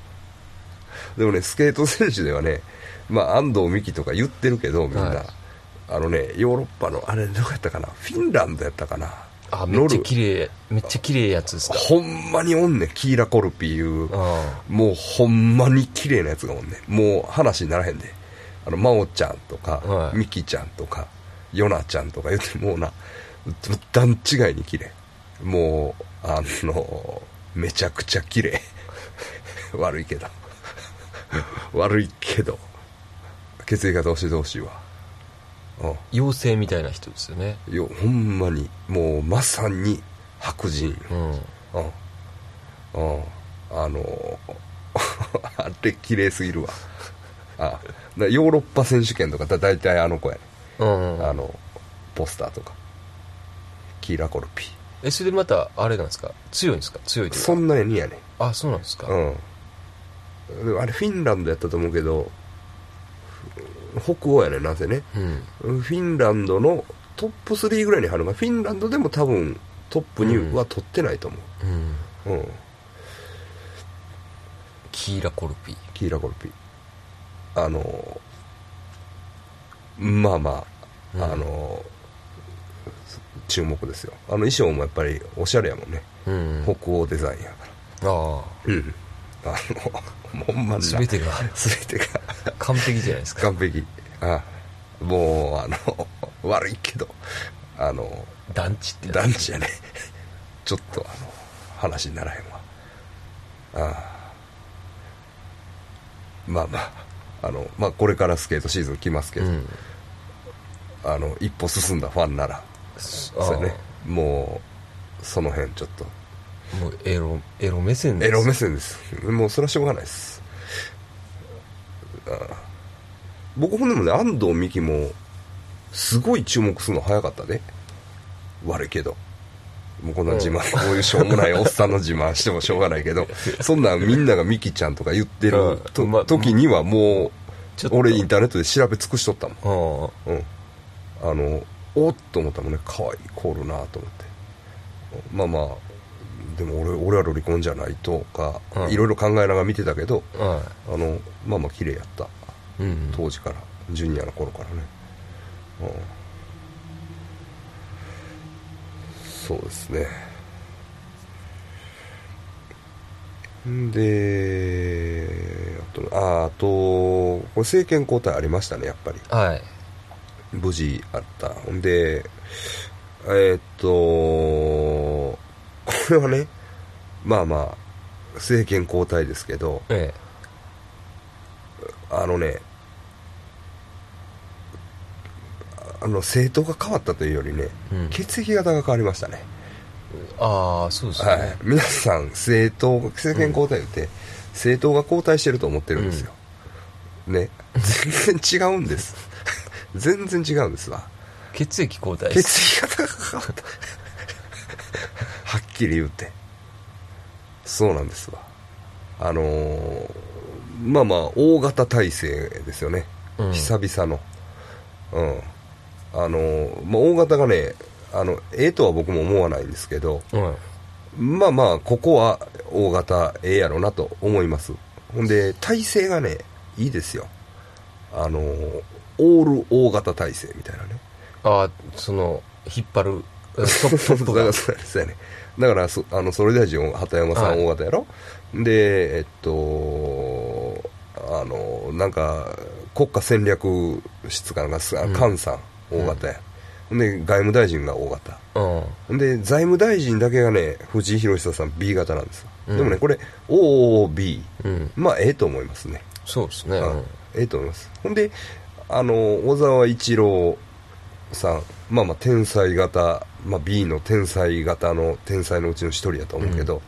Speaker 1: でもねスケート選手ではね、まあ、安藤美希とか言ってるけどみんな、
Speaker 2: はい
Speaker 1: あのねヨーロッパのあれどこやったかなフィンランドやったかな
Speaker 2: あめ
Speaker 1: ノ
Speaker 2: っち
Speaker 1: ル
Speaker 2: ゃ綺麗めっちゃ綺麗やつですか
Speaker 1: ほんまにおんねんキーラ・コルピいう
Speaker 2: あ
Speaker 1: もうほんまに綺麗なやつがおんねんもう話にならへんであの真央ちゃんとか、
Speaker 2: はい
Speaker 1: 美希ちゃんとかヨナちゃんとか言ってもうな段違いに綺麗もうあのめちゃくちゃ綺麗 <laughs> 悪いけど <laughs> 悪いけど血液型教えてほしいわう
Speaker 2: あ妖精みたいな人ですよね
Speaker 1: んよほんまにもうまさに白人よ
Speaker 2: うん
Speaker 1: うんうんあの <laughs> あれ綺麗すぎるわあなヨーロッパ選手権とかだ大体あの子やね、
Speaker 2: うん
Speaker 1: あのポスターとかキーラコルピ
Speaker 2: えそれでまたあれなんですか強いんですか強いというか
Speaker 1: そんなやにやね
Speaker 2: あそうなんですか、
Speaker 1: うんでもあれフィンランドやったと思うけどふ北欧やねなぜね
Speaker 2: うん
Speaker 1: フィンランドのトップ3ぐらいに入るのかフィンランドでも多分トップには取ってないと思
Speaker 2: うん、
Speaker 1: う、うん
Speaker 2: キーラコルピ
Speaker 1: キーラコルピあのまあまあ、
Speaker 2: うん
Speaker 1: あの注目ですよあの衣装もやっぱりおしゃれやもんね、
Speaker 2: うん
Speaker 1: 北欧デザインやから
Speaker 2: あ
Speaker 1: うんあのも <laughs> うほんま
Speaker 2: あ
Speaker 1: に
Speaker 2: 全てが
Speaker 1: 全てが
Speaker 2: 完璧じゃないですか
Speaker 1: 完璧あもうあの悪いけどあの
Speaker 2: 団地ってやつ
Speaker 1: <laughs> 団地やね <laughs> ちょっとあの話にならへんわああまあまああの、まあ、これからスケートシーズン来ますけど、
Speaker 2: うん
Speaker 1: あの一歩進んだファンなら
Speaker 2: そ
Speaker 1: そうやねもうその辺ちょっと
Speaker 2: もうエロエロ目線です
Speaker 1: エロ目線ですもうそれはしょうがないですああ僕ほんでもね安藤美希もすごい注目するの早かったで悪いけどもうこんな自慢、こういうしょうもないおっさんの自慢してもしょうがないけどそんなんみんなが美希ちゃんとか言ってると、
Speaker 2: うんま
Speaker 1: 時にはも
Speaker 2: ち
Speaker 1: う
Speaker 2: ょっと
Speaker 1: 俺インターネットで調べ尽くしとったもんう
Speaker 2: あ
Speaker 1: ん、あのおっと思ったもんね可愛い子おるなと思ってまあまあでも俺俺はロリコンじゃないとか、
Speaker 2: うん
Speaker 1: いろいろ考えながら見てたけど
Speaker 2: あは
Speaker 1: あのまあまあ綺麗やった
Speaker 2: いうん
Speaker 1: 当時からジュニアの頃からね、うん、そうですねんであとああとこれ政権交代ありましたねやっぱり
Speaker 2: はい
Speaker 1: 無事あったほんでえーっとこれはねまあまあ政権交代ですけど
Speaker 2: え
Speaker 1: あのねあの政党が変わったというよりね、
Speaker 2: え、うん、
Speaker 1: 血液型が変わりましたね
Speaker 2: ああそうですね、
Speaker 1: はい、皆さん政党政権交代って、政党が交代してると思ってるんですよ、ね全然違うんです <laughs> 全然違うんですわ
Speaker 2: 血液交代です
Speaker 1: 血液型が変わったはっきり言うてそうなんですわあのーまあまあ大型体制ですよね、
Speaker 2: うん
Speaker 1: 久々のうんあのーまあ、大型がねあのええとは僕も思わないんですけど
Speaker 2: うん
Speaker 1: まあまあここは大型ええやろなと思いますほんで体制がねいいですよあのーオール大型体制みたいなね
Speaker 2: ああその引っ張る <laughs> トップトップ
Speaker 1: だか
Speaker 2: が
Speaker 1: らそうやね <laughs> そうやねだからそあの総理大臣畑山さ
Speaker 2: は
Speaker 1: ん
Speaker 2: い
Speaker 1: 大型やろ、でえっとあのなんか国家戦略室かなんかすあ
Speaker 2: うん
Speaker 1: 菅さん大型や、で外務大臣が大型
Speaker 2: うん
Speaker 1: で財務大臣だけがね藤井博久さん B 型なんですよ、
Speaker 2: うん
Speaker 1: でもねこれ OOB
Speaker 2: うん
Speaker 1: まあええと思いますね
Speaker 2: そうですね、
Speaker 1: う
Speaker 2: うん
Speaker 1: んええと思いますほんであの小沢一郎さんまあまあ天才型、まあ、B の天才型の天才のうちの一人やと思うけど、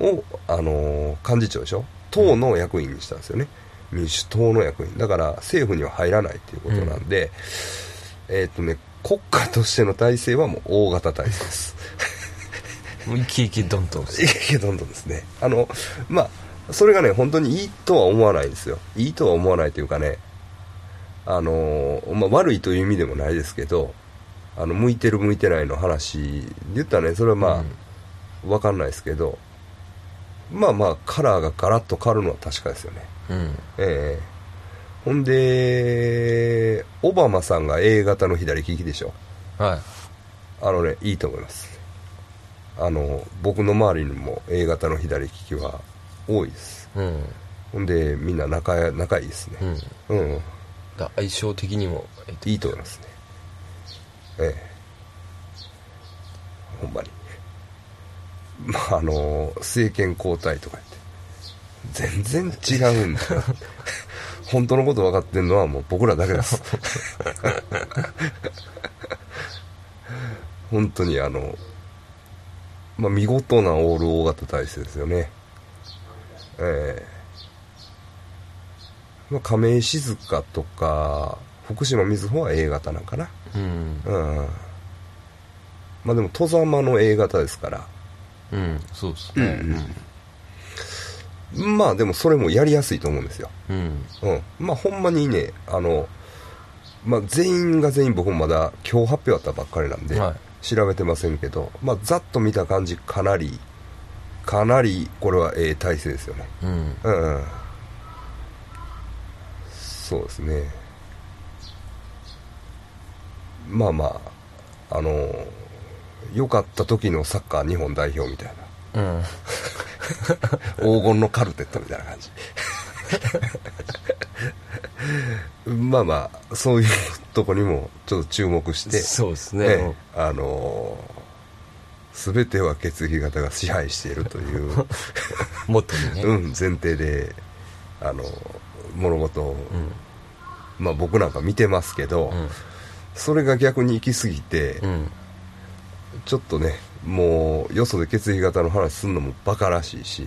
Speaker 1: をあの幹事長でしょ党の役員にしたんですよね、民主党の役員だから政府には入らないっていうことなんで、えーっとね国家としての体制はもう大型体制です
Speaker 2: もうイケイケドンと
Speaker 1: いやいやどんどんですねあのまあそれがね本当にいいとは思わないですよいいとは思わないというかねあのまあ、悪いという意味でもないですけどあの向いてる向いてないの話で言ったらねそれはまあ、わかんないですけどまあまあカラーがガラッと変わるのは確かですよね
Speaker 2: うん
Speaker 1: ええほんでオバマさんが A 型の左利きでしょ
Speaker 2: はい
Speaker 1: あのね、いいと思います。あの、僕の周りにも A 型の左利きは多いです。
Speaker 2: うん
Speaker 1: ほんで、みんな仲、仲いいです
Speaker 2: う
Speaker 1: ね。
Speaker 2: ん
Speaker 1: うん。
Speaker 2: だ相性的にも、えっと
Speaker 1: いいと思いますね。ええ。ほんまに。まあ、あの、政権交代とか言って。全然違うんだよ。本当のこと分かってんのはもう僕らだけです。 <laughs> 本当にあの、まあ、見事なオール大型体制ですよね。ええまあ、亀井静香とか、福島みずほは A 型なんかな。
Speaker 2: うん
Speaker 1: うん。まあでも外様の A 型ですから
Speaker 2: うん、そうですね。
Speaker 1: まあでもそれもやりやすいと思うんですよ
Speaker 2: うん。うん。
Speaker 1: うんまあほんまにねあの、まあ、全員が全員僕もまだ今日発表あったばっかりなんで、
Speaker 2: は
Speaker 1: 調べてませんけど、まあ、ざっと見た感じかなりかなりこれはええ体制ですよね
Speaker 2: うん。
Speaker 1: うんうんそうですねまあまああの良かった時のサッカー日本代表みたいな
Speaker 2: うん。
Speaker 1: 黄金のカルテットみたいな感じ <laughs> まあまあそういうとこにもちょっと注目して
Speaker 2: そうです
Speaker 1: ね
Speaker 2: ね。
Speaker 1: あの全ては血液型が支配しているという、
Speaker 2: <laughs> もっとにね。
Speaker 1: うん、前提であの物事を、
Speaker 2: うん。
Speaker 1: まあ、僕なんか見てますけど、
Speaker 2: うん。
Speaker 1: それが逆に行き過ぎて、
Speaker 2: うん。
Speaker 1: ちょっとねもうよそで血液型の話すんのもバカらしいし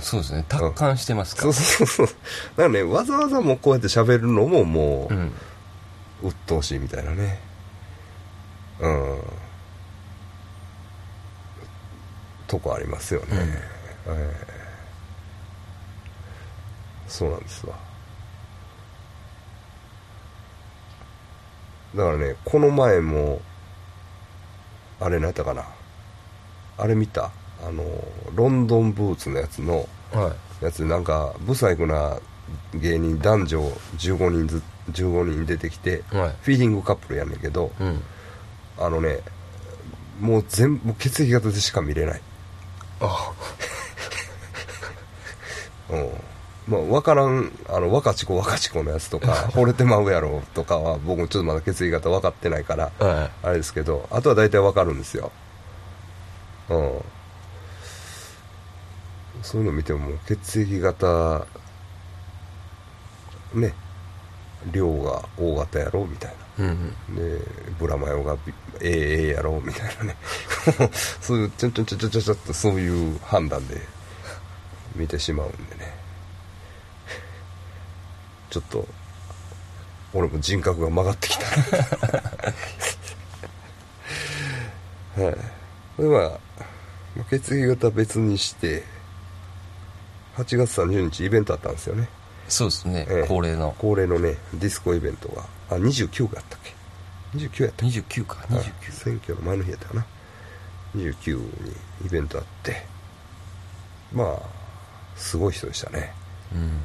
Speaker 2: そうですね。達観してますか
Speaker 1: そ
Speaker 2: ら
Speaker 1: う。そうそうそうだからねわざわざもうこうやって喋るのももう、
Speaker 2: うん。
Speaker 1: 鬱陶しいみたいなねうんとこありますよね、ええそうなんですわだからねこの前もあれ何やったかなあれ見たあのロンドンブーツのやつの
Speaker 2: は
Speaker 1: やつなんか不細工な芸人男女15人ず15人出てきて
Speaker 2: い。はい。
Speaker 1: フィーリングカップルやんねんけど
Speaker 2: うん。
Speaker 1: あのねもう全部血液型でしか見れない、
Speaker 2: あ
Speaker 1: うんまあ、分からんあの若ち子若ち子のやつとか惚れてまうやろとかは僕もちょっとまだ血液型分かってないから
Speaker 2: は。
Speaker 1: あれですけどあとは大体分かるんですよ、うん、そういうの見てももう血液型ね量が O 型やろみたいない
Speaker 2: うん。
Speaker 1: でブラマヨがビええええやろみたいなね <laughs> そういうちょんちょんちょんちょんちょんちょんとそういう判断で見てしまうんでねちょっと俺も人格が曲がってきた <laughs> はいでは血液型別にして8月30日イベントあったんですよね
Speaker 2: そうですね
Speaker 1: ええ。
Speaker 2: 恒例の。
Speaker 1: 恒例のねディスコイベントがあ29があったっけ29やったっけ
Speaker 2: 29か。29。
Speaker 1: 選挙の前の日やったかな29にイベントあってまあすごい人でしたね
Speaker 2: うん。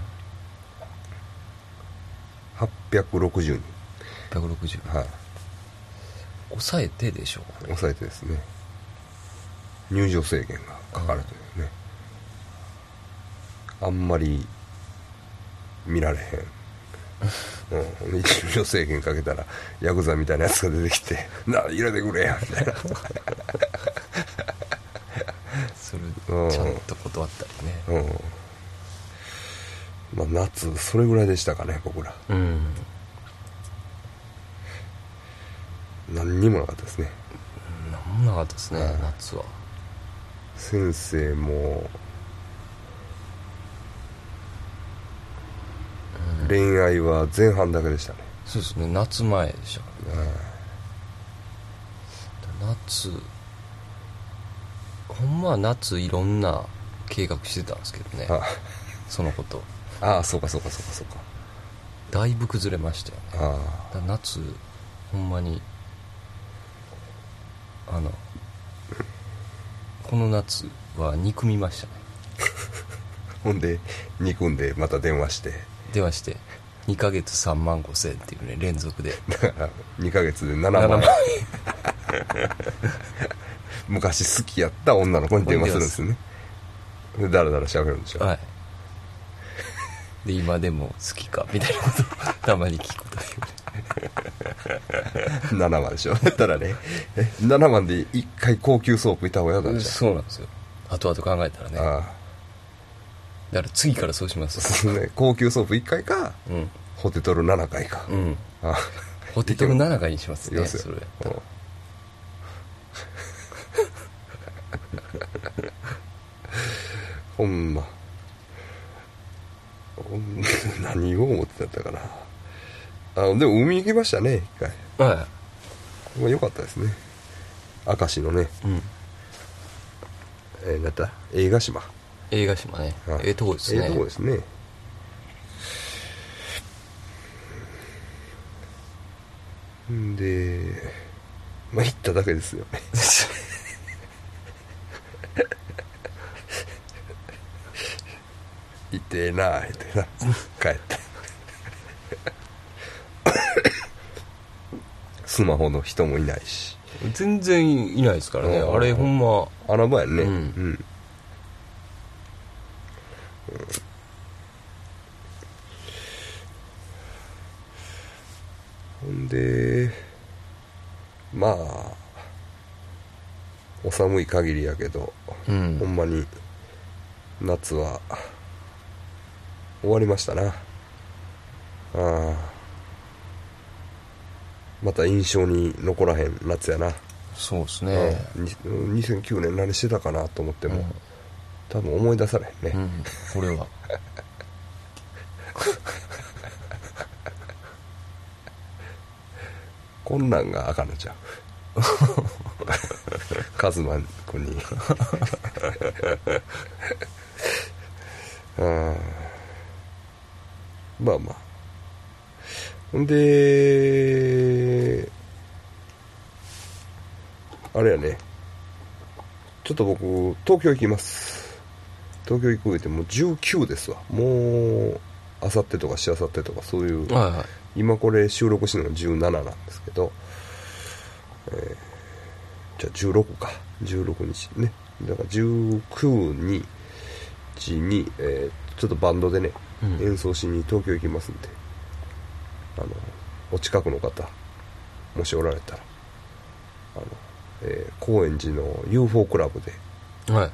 Speaker 1: 860人
Speaker 2: 160。
Speaker 1: はい
Speaker 2: 抑えてでしょ
Speaker 1: 抑えてですね入場制限がかかるというねあんまり見られへん、うん、入場制限かけたらヤクザみたいなやつが出てきて「なあ入れてくれや」みたいな
Speaker 2: それ
Speaker 1: うん
Speaker 2: ちゃんと断ったりね
Speaker 1: うんまあ夏それぐらいでしたかね僕ら
Speaker 2: うん
Speaker 1: 何にもなかったですね
Speaker 2: なんもなかったですね
Speaker 1: はい
Speaker 2: 夏は
Speaker 1: 先生も恋愛は前半だけでしたね
Speaker 2: そうですね夏前でしたからね夏ほんまは夏いろんな計画してたんですけどね
Speaker 1: あ
Speaker 2: そのこと
Speaker 1: ああ <laughs> そうかそうかそうかそうか
Speaker 2: だいぶ崩れましたよね
Speaker 1: あ
Speaker 2: だ夏ほんまにあのこの夏は憎みましたね
Speaker 1: あほんで憎んでまた電話して <laughs>
Speaker 2: 電話して2ヶ月3万5千っていうね連続で
Speaker 1: だから2ヶ月で7万
Speaker 2: 7万
Speaker 1: 昔好きやった女の子に電話するんですよねでダラダラ喋るんで <laughs> しょ、
Speaker 2: はい。で、今でも好きか、みたいなことをたまに聞くという。
Speaker 1: 7万でしょ <laughs> だったらねえ7万で1回高級ソープいた方が嫌なんじゃん
Speaker 2: そうなんですよ。後々考えたらね。だか
Speaker 1: ああ
Speaker 2: ら次からそうします。
Speaker 1: そうね高級ソープ1回か
Speaker 2: うん。
Speaker 1: ホテトル7回か、
Speaker 2: うん。
Speaker 1: あ
Speaker 2: ホテトル7回にします
Speaker 1: いけ
Speaker 2: ね。
Speaker 1: ますよ
Speaker 2: それ。
Speaker 1: うんほんまほん何を思ってたかなあでも海行きましたね一回
Speaker 2: は
Speaker 1: まあ、良かったですね明石のね、
Speaker 2: うん、
Speaker 1: えー、なんだ映画島
Speaker 2: 映画島ね
Speaker 1: はい
Speaker 2: ええとこですね
Speaker 1: ええとこですねんでまあ行っただけですよ行ってえなあ言ってな帰ったスマホの人もいないし
Speaker 2: 全然いないですからね
Speaker 1: うん
Speaker 2: あれほんま
Speaker 1: 穴場やね
Speaker 2: うん
Speaker 1: うんほんでまあお寒い限りやけど、
Speaker 2: うん
Speaker 1: ほんまに夏は終わりましたなああまた印象に残らへん夏やな
Speaker 2: そうですね
Speaker 1: うんに2009年何してたかなと思っても、
Speaker 2: うん
Speaker 1: 多分思い出されへん
Speaker 2: う
Speaker 1: ね、
Speaker 2: んこれは
Speaker 1: こんなんがあかんのちゃう <laughs> カズマ君に <laughs> うんまあまあほんであれやねちょっと僕東京行きます東京行く言うてもう19ですわもうあさってとかしあさってとかそういう
Speaker 2: はいはい
Speaker 1: 今これ収録してるのが17なんですけど、えーじゃあ16か16日ねだから19日に、えーちょっとバンドでね、
Speaker 2: うん
Speaker 1: 演奏しに東京行きますんであのお近くの方もしおられたらあの、えー高円寺の UFO クラブで
Speaker 2: はい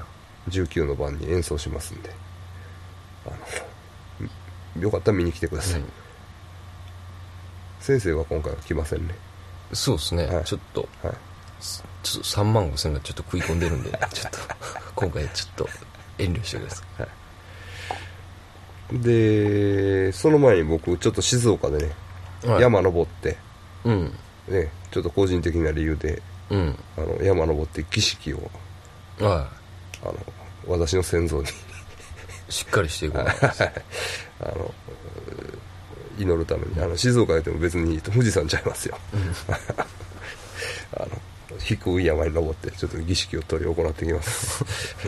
Speaker 1: 19の番に演奏しますんであのよかったら見に来てください、先生は今回は来ませんね
Speaker 2: そうですね、
Speaker 1: はい
Speaker 2: ちょっと
Speaker 1: はい
Speaker 2: すちょっと3万5千がちょっと食い込んでる
Speaker 1: <laughs>
Speaker 2: んでちょっと今回ちょっと遠慮してください
Speaker 1: でその前に僕ちょっと静岡でね、
Speaker 2: はい
Speaker 1: 山登って、
Speaker 2: うん
Speaker 1: ね、ちょっと個人的な理由で
Speaker 2: うん
Speaker 1: あの山登って儀式を
Speaker 2: は
Speaker 1: あの私の先祖に
Speaker 2: いしっかりしていこうかな
Speaker 1: あのう祈るためにあの静岡でも別に富士山ちゃいますよ、 <laughs> あの低い山に登ってちょっと儀式を執り行ってきます <laughs>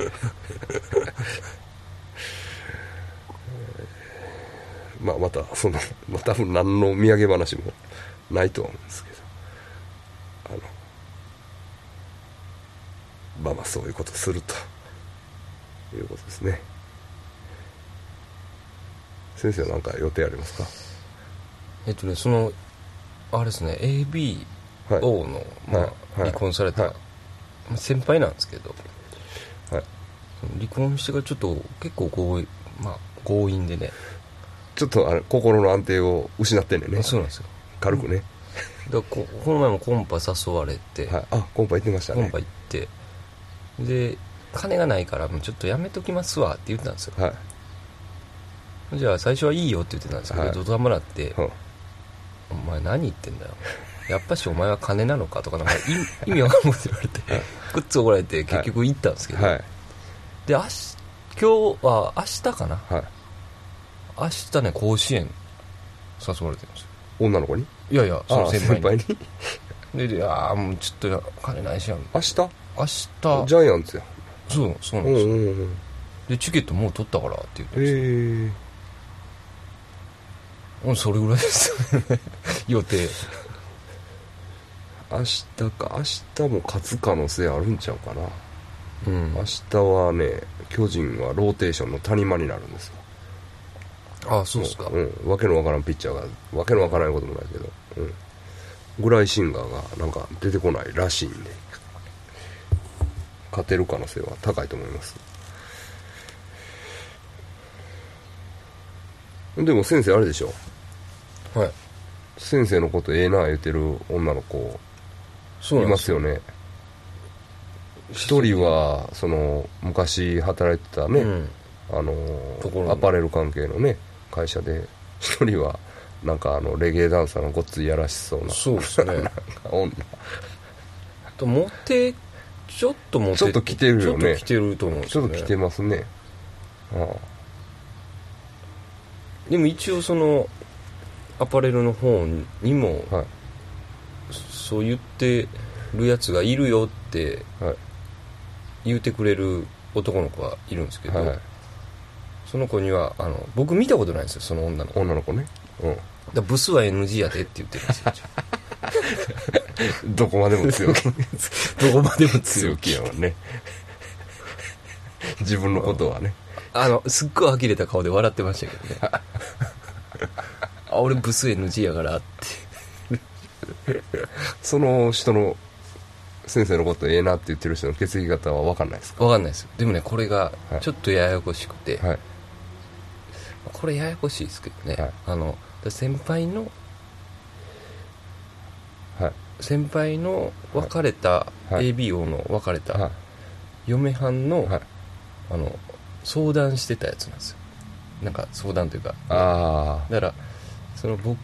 Speaker 1: まあまたその、まあ、多分何の土産話もないとは思うんですけどあのまあまあそういうことするということですね先生は何か予定ありますか
Speaker 2: えっとねそのあれですね ABO
Speaker 1: はい
Speaker 2: の、まあ
Speaker 1: はいはい
Speaker 2: 離婚された、
Speaker 1: はい
Speaker 2: まあ先輩なんですけど
Speaker 1: はい
Speaker 2: その離婚してからちょっと結構強引,、まあ、強引でね
Speaker 1: ちょっとあの心の安定を失ってんねんね
Speaker 2: そうなんですよ
Speaker 1: 軽くね、
Speaker 2: だからここの前もコンパ誘われて、
Speaker 1: はい、あコンパ行ってました
Speaker 2: コ
Speaker 1: ね
Speaker 2: ンパ行ってで金がないからもうちょっとやめときますわって言ったんですよ
Speaker 1: はい、
Speaker 2: じゃあ最初はいいよって言ってたんですけど、
Speaker 1: はい
Speaker 2: ドタマだって、
Speaker 1: うん
Speaker 2: お前何言ってんだよ。やっぱしお前は金なのかとか、なんか <laughs> 意意味わかんないこと言われて、くっつ怒られて結局行ったんですけど、
Speaker 1: はい
Speaker 2: で、明日、今日は明日かな
Speaker 1: はい
Speaker 2: 明日ね、甲子園誘われてるんですよ。
Speaker 1: 女の子に
Speaker 2: いやいや、その
Speaker 1: あ
Speaker 2: 先輩に。
Speaker 1: に
Speaker 2: で、でああ、もうちょっとや金ないしやん。
Speaker 1: 明日ジ
Speaker 2: 明日、
Speaker 1: ャイアンツや
Speaker 2: そう、そう
Speaker 1: う
Speaker 2: な
Speaker 1: ん
Speaker 2: ん
Speaker 1: う
Speaker 2: ですよ。
Speaker 1: んうん
Speaker 2: で、チケットもう取ったからって言ってまし
Speaker 1: え
Speaker 2: たうん、それぐらい
Speaker 1: <laughs>
Speaker 2: ですよね。予定。
Speaker 1: ー、明日か明日も勝つ可能性あるんちゃうかな
Speaker 2: うん
Speaker 1: 明。日はね巨人はローテーションの谷間になるんですよ
Speaker 2: ああ、そうですか。
Speaker 1: うん、わけのわからんピッチャーがわけのわからないこともないけど、うん、ぐらいシンガーがなんか出てこないらしいんで勝てる可能性は高いと思いますでも先生あれでしょ
Speaker 2: はい。
Speaker 1: 先生のことええな言ってる女の子
Speaker 2: そう
Speaker 1: い
Speaker 2: なん
Speaker 1: ま
Speaker 2: です
Speaker 1: す
Speaker 2: よ。
Speaker 1: よね一人はその昔働いてたね、
Speaker 2: うん。
Speaker 1: あの
Speaker 2: ところの
Speaker 1: アパレル関係のね会社で <laughs> 一人は <laughs> なんかあのレゲエダンサーのごっついやらしそうな
Speaker 2: そうですね。
Speaker 1: 女
Speaker 2: とモテちょっとモテ
Speaker 1: ちょっと来てるよね
Speaker 2: ちょっと来てると思うんです
Speaker 1: ちょ
Speaker 2: よ
Speaker 1: っ
Speaker 2: ね
Speaker 1: と来てますねああ
Speaker 2: でも一応そのアパレルの方にも
Speaker 1: はい
Speaker 2: そう言ってるやつがいるよって
Speaker 1: はい
Speaker 2: 言うてくれる男の子がいるんですけど、
Speaker 1: はいはい
Speaker 2: その子にはあの僕見たことないんですよその女の子だか
Speaker 1: 女の子ねう
Speaker 2: らブスは NG やでって言ってるんです
Speaker 1: <laughs>
Speaker 2: よ
Speaker 1: ん <laughs> どこまでも強
Speaker 2: <laughs>
Speaker 1: 気
Speaker 2: どこまでも
Speaker 1: 強気やわね <laughs> 自分のことはね
Speaker 2: あのすっごい呆れた顔で笑ってましたけどねあ俺ブス NG やからって
Speaker 1: その人の先生のことええなって言ってる人の血液型は分かんないですか
Speaker 2: わかんないですでもねこれが
Speaker 1: はい
Speaker 2: ちょっとややこしくて、
Speaker 1: はい
Speaker 2: これややこしいですけどね、
Speaker 1: はい
Speaker 2: あの先輩の
Speaker 1: はい
Speaker 2: 先輩の別れた、
Speaker 1: はいはい
Speaker 2: ABO の別れた、
Speaker 1: は
Speaker 2: 嫁はんの,、
Speaker 1: いはい
Speaker 2: あの相談してたやつなんですよなんか相談というか
Speaker 1: あ
Speaker 2: だからその僕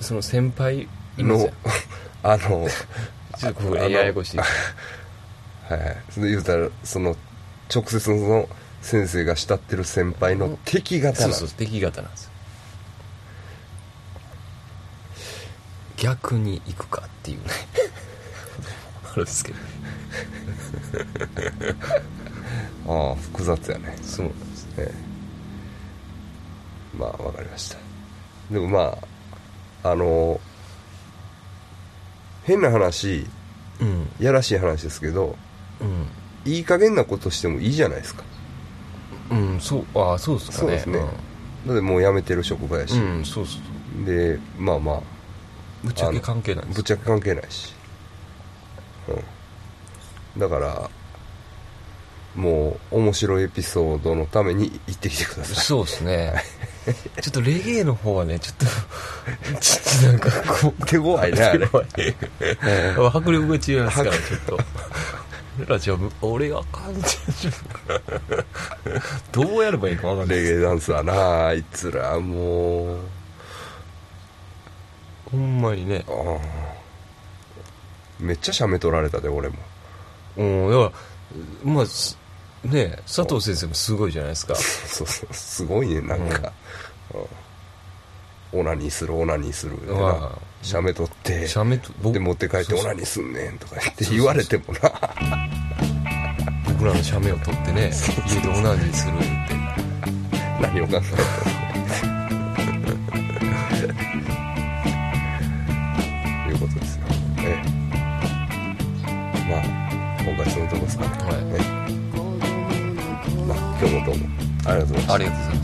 Speaker 2: その先
Speaker 1: あ
Speaker 2: 輩います
Speaker 1: の
Speaker 2: よ
Speaker 1: あの <laughs>
Speaker 2: ちょっとここ
Speaker 1: あ
Speaker 2: や
Speaker 1: の
Speaker 2: やこしい
Speaker 1: はいはいそれで言うたらその直接のその先生が慕ってる先輩の敵型
Speaker 2: そ
Speaker 1: な
Speaker 2: うんそう敵型なんですよ逆に行くかっていうね <laughs> あるんですけど
Speaker 1: ああ複雑やね
Speaker 2: そうなんです
Speaker 1: ええまあわかりましたでもまああの変な話
Speaker 2: うん
Speaker 1: やらしい話ですけどいい加減なことしてもいいじゃないですか
Speaker 2: うん、うん、そうああそうですかね
Speaker 1: そうですねだってもう辞めてる職場やし
Speaker 2: う、ん、うん、そうそうそう
Speaker 1: でまあまあ
Speaker 2: ぶっちゃけ関係ないんです
Speaker 1: ぶっちゃけ関係ないし、うん、だからもう面白いエピソードのために行ってきてください
Speaker 2: そうですねちょっとレゲエの方はねちょっと <laughs> ちょっとなんかこう
Speaker 1: 手強いねあれ
Speaker 2: 怖い迫力が違いますからちょっと俺らじゃあ俺が感じちゃうどうやればいいか分かんない
Speaker 1: レ
Speaker 2: です
Speaker 1: ゲエダンスはなあいつらもう
Speaker 2: ほんまにね
Speaker 1: ああめっちゃ写メ撮られたで俺も
Speaker 2: うんだからまあすね佐藤先生もすごいじゃないですか
Speaker 1: そうそうすごいねなんか、うんオナニーするオナニーするって
Speaker 2: う
Speaker 1: な
Speaker 2: わ
Speaker 1: 写メ撮って
Speaker 2: 写メと僕
Speaker 1: で持って帰って
Speaker 2: そう
Speaker 1: オ
Speaker 2: そう
Speaker 1: ナニーすんねんとか言って言われてもな
Speaker 2: 僕らの写メを撮ってね家でオナニーするって
Speaker 1: 何を考えてるいうことですよ。ええまあ今回そのとこですかね。
Speaker 2: はい
Speaker 1: ええまあ今日もどうもありがとうございました
Speaker 2: あ。りがとうございます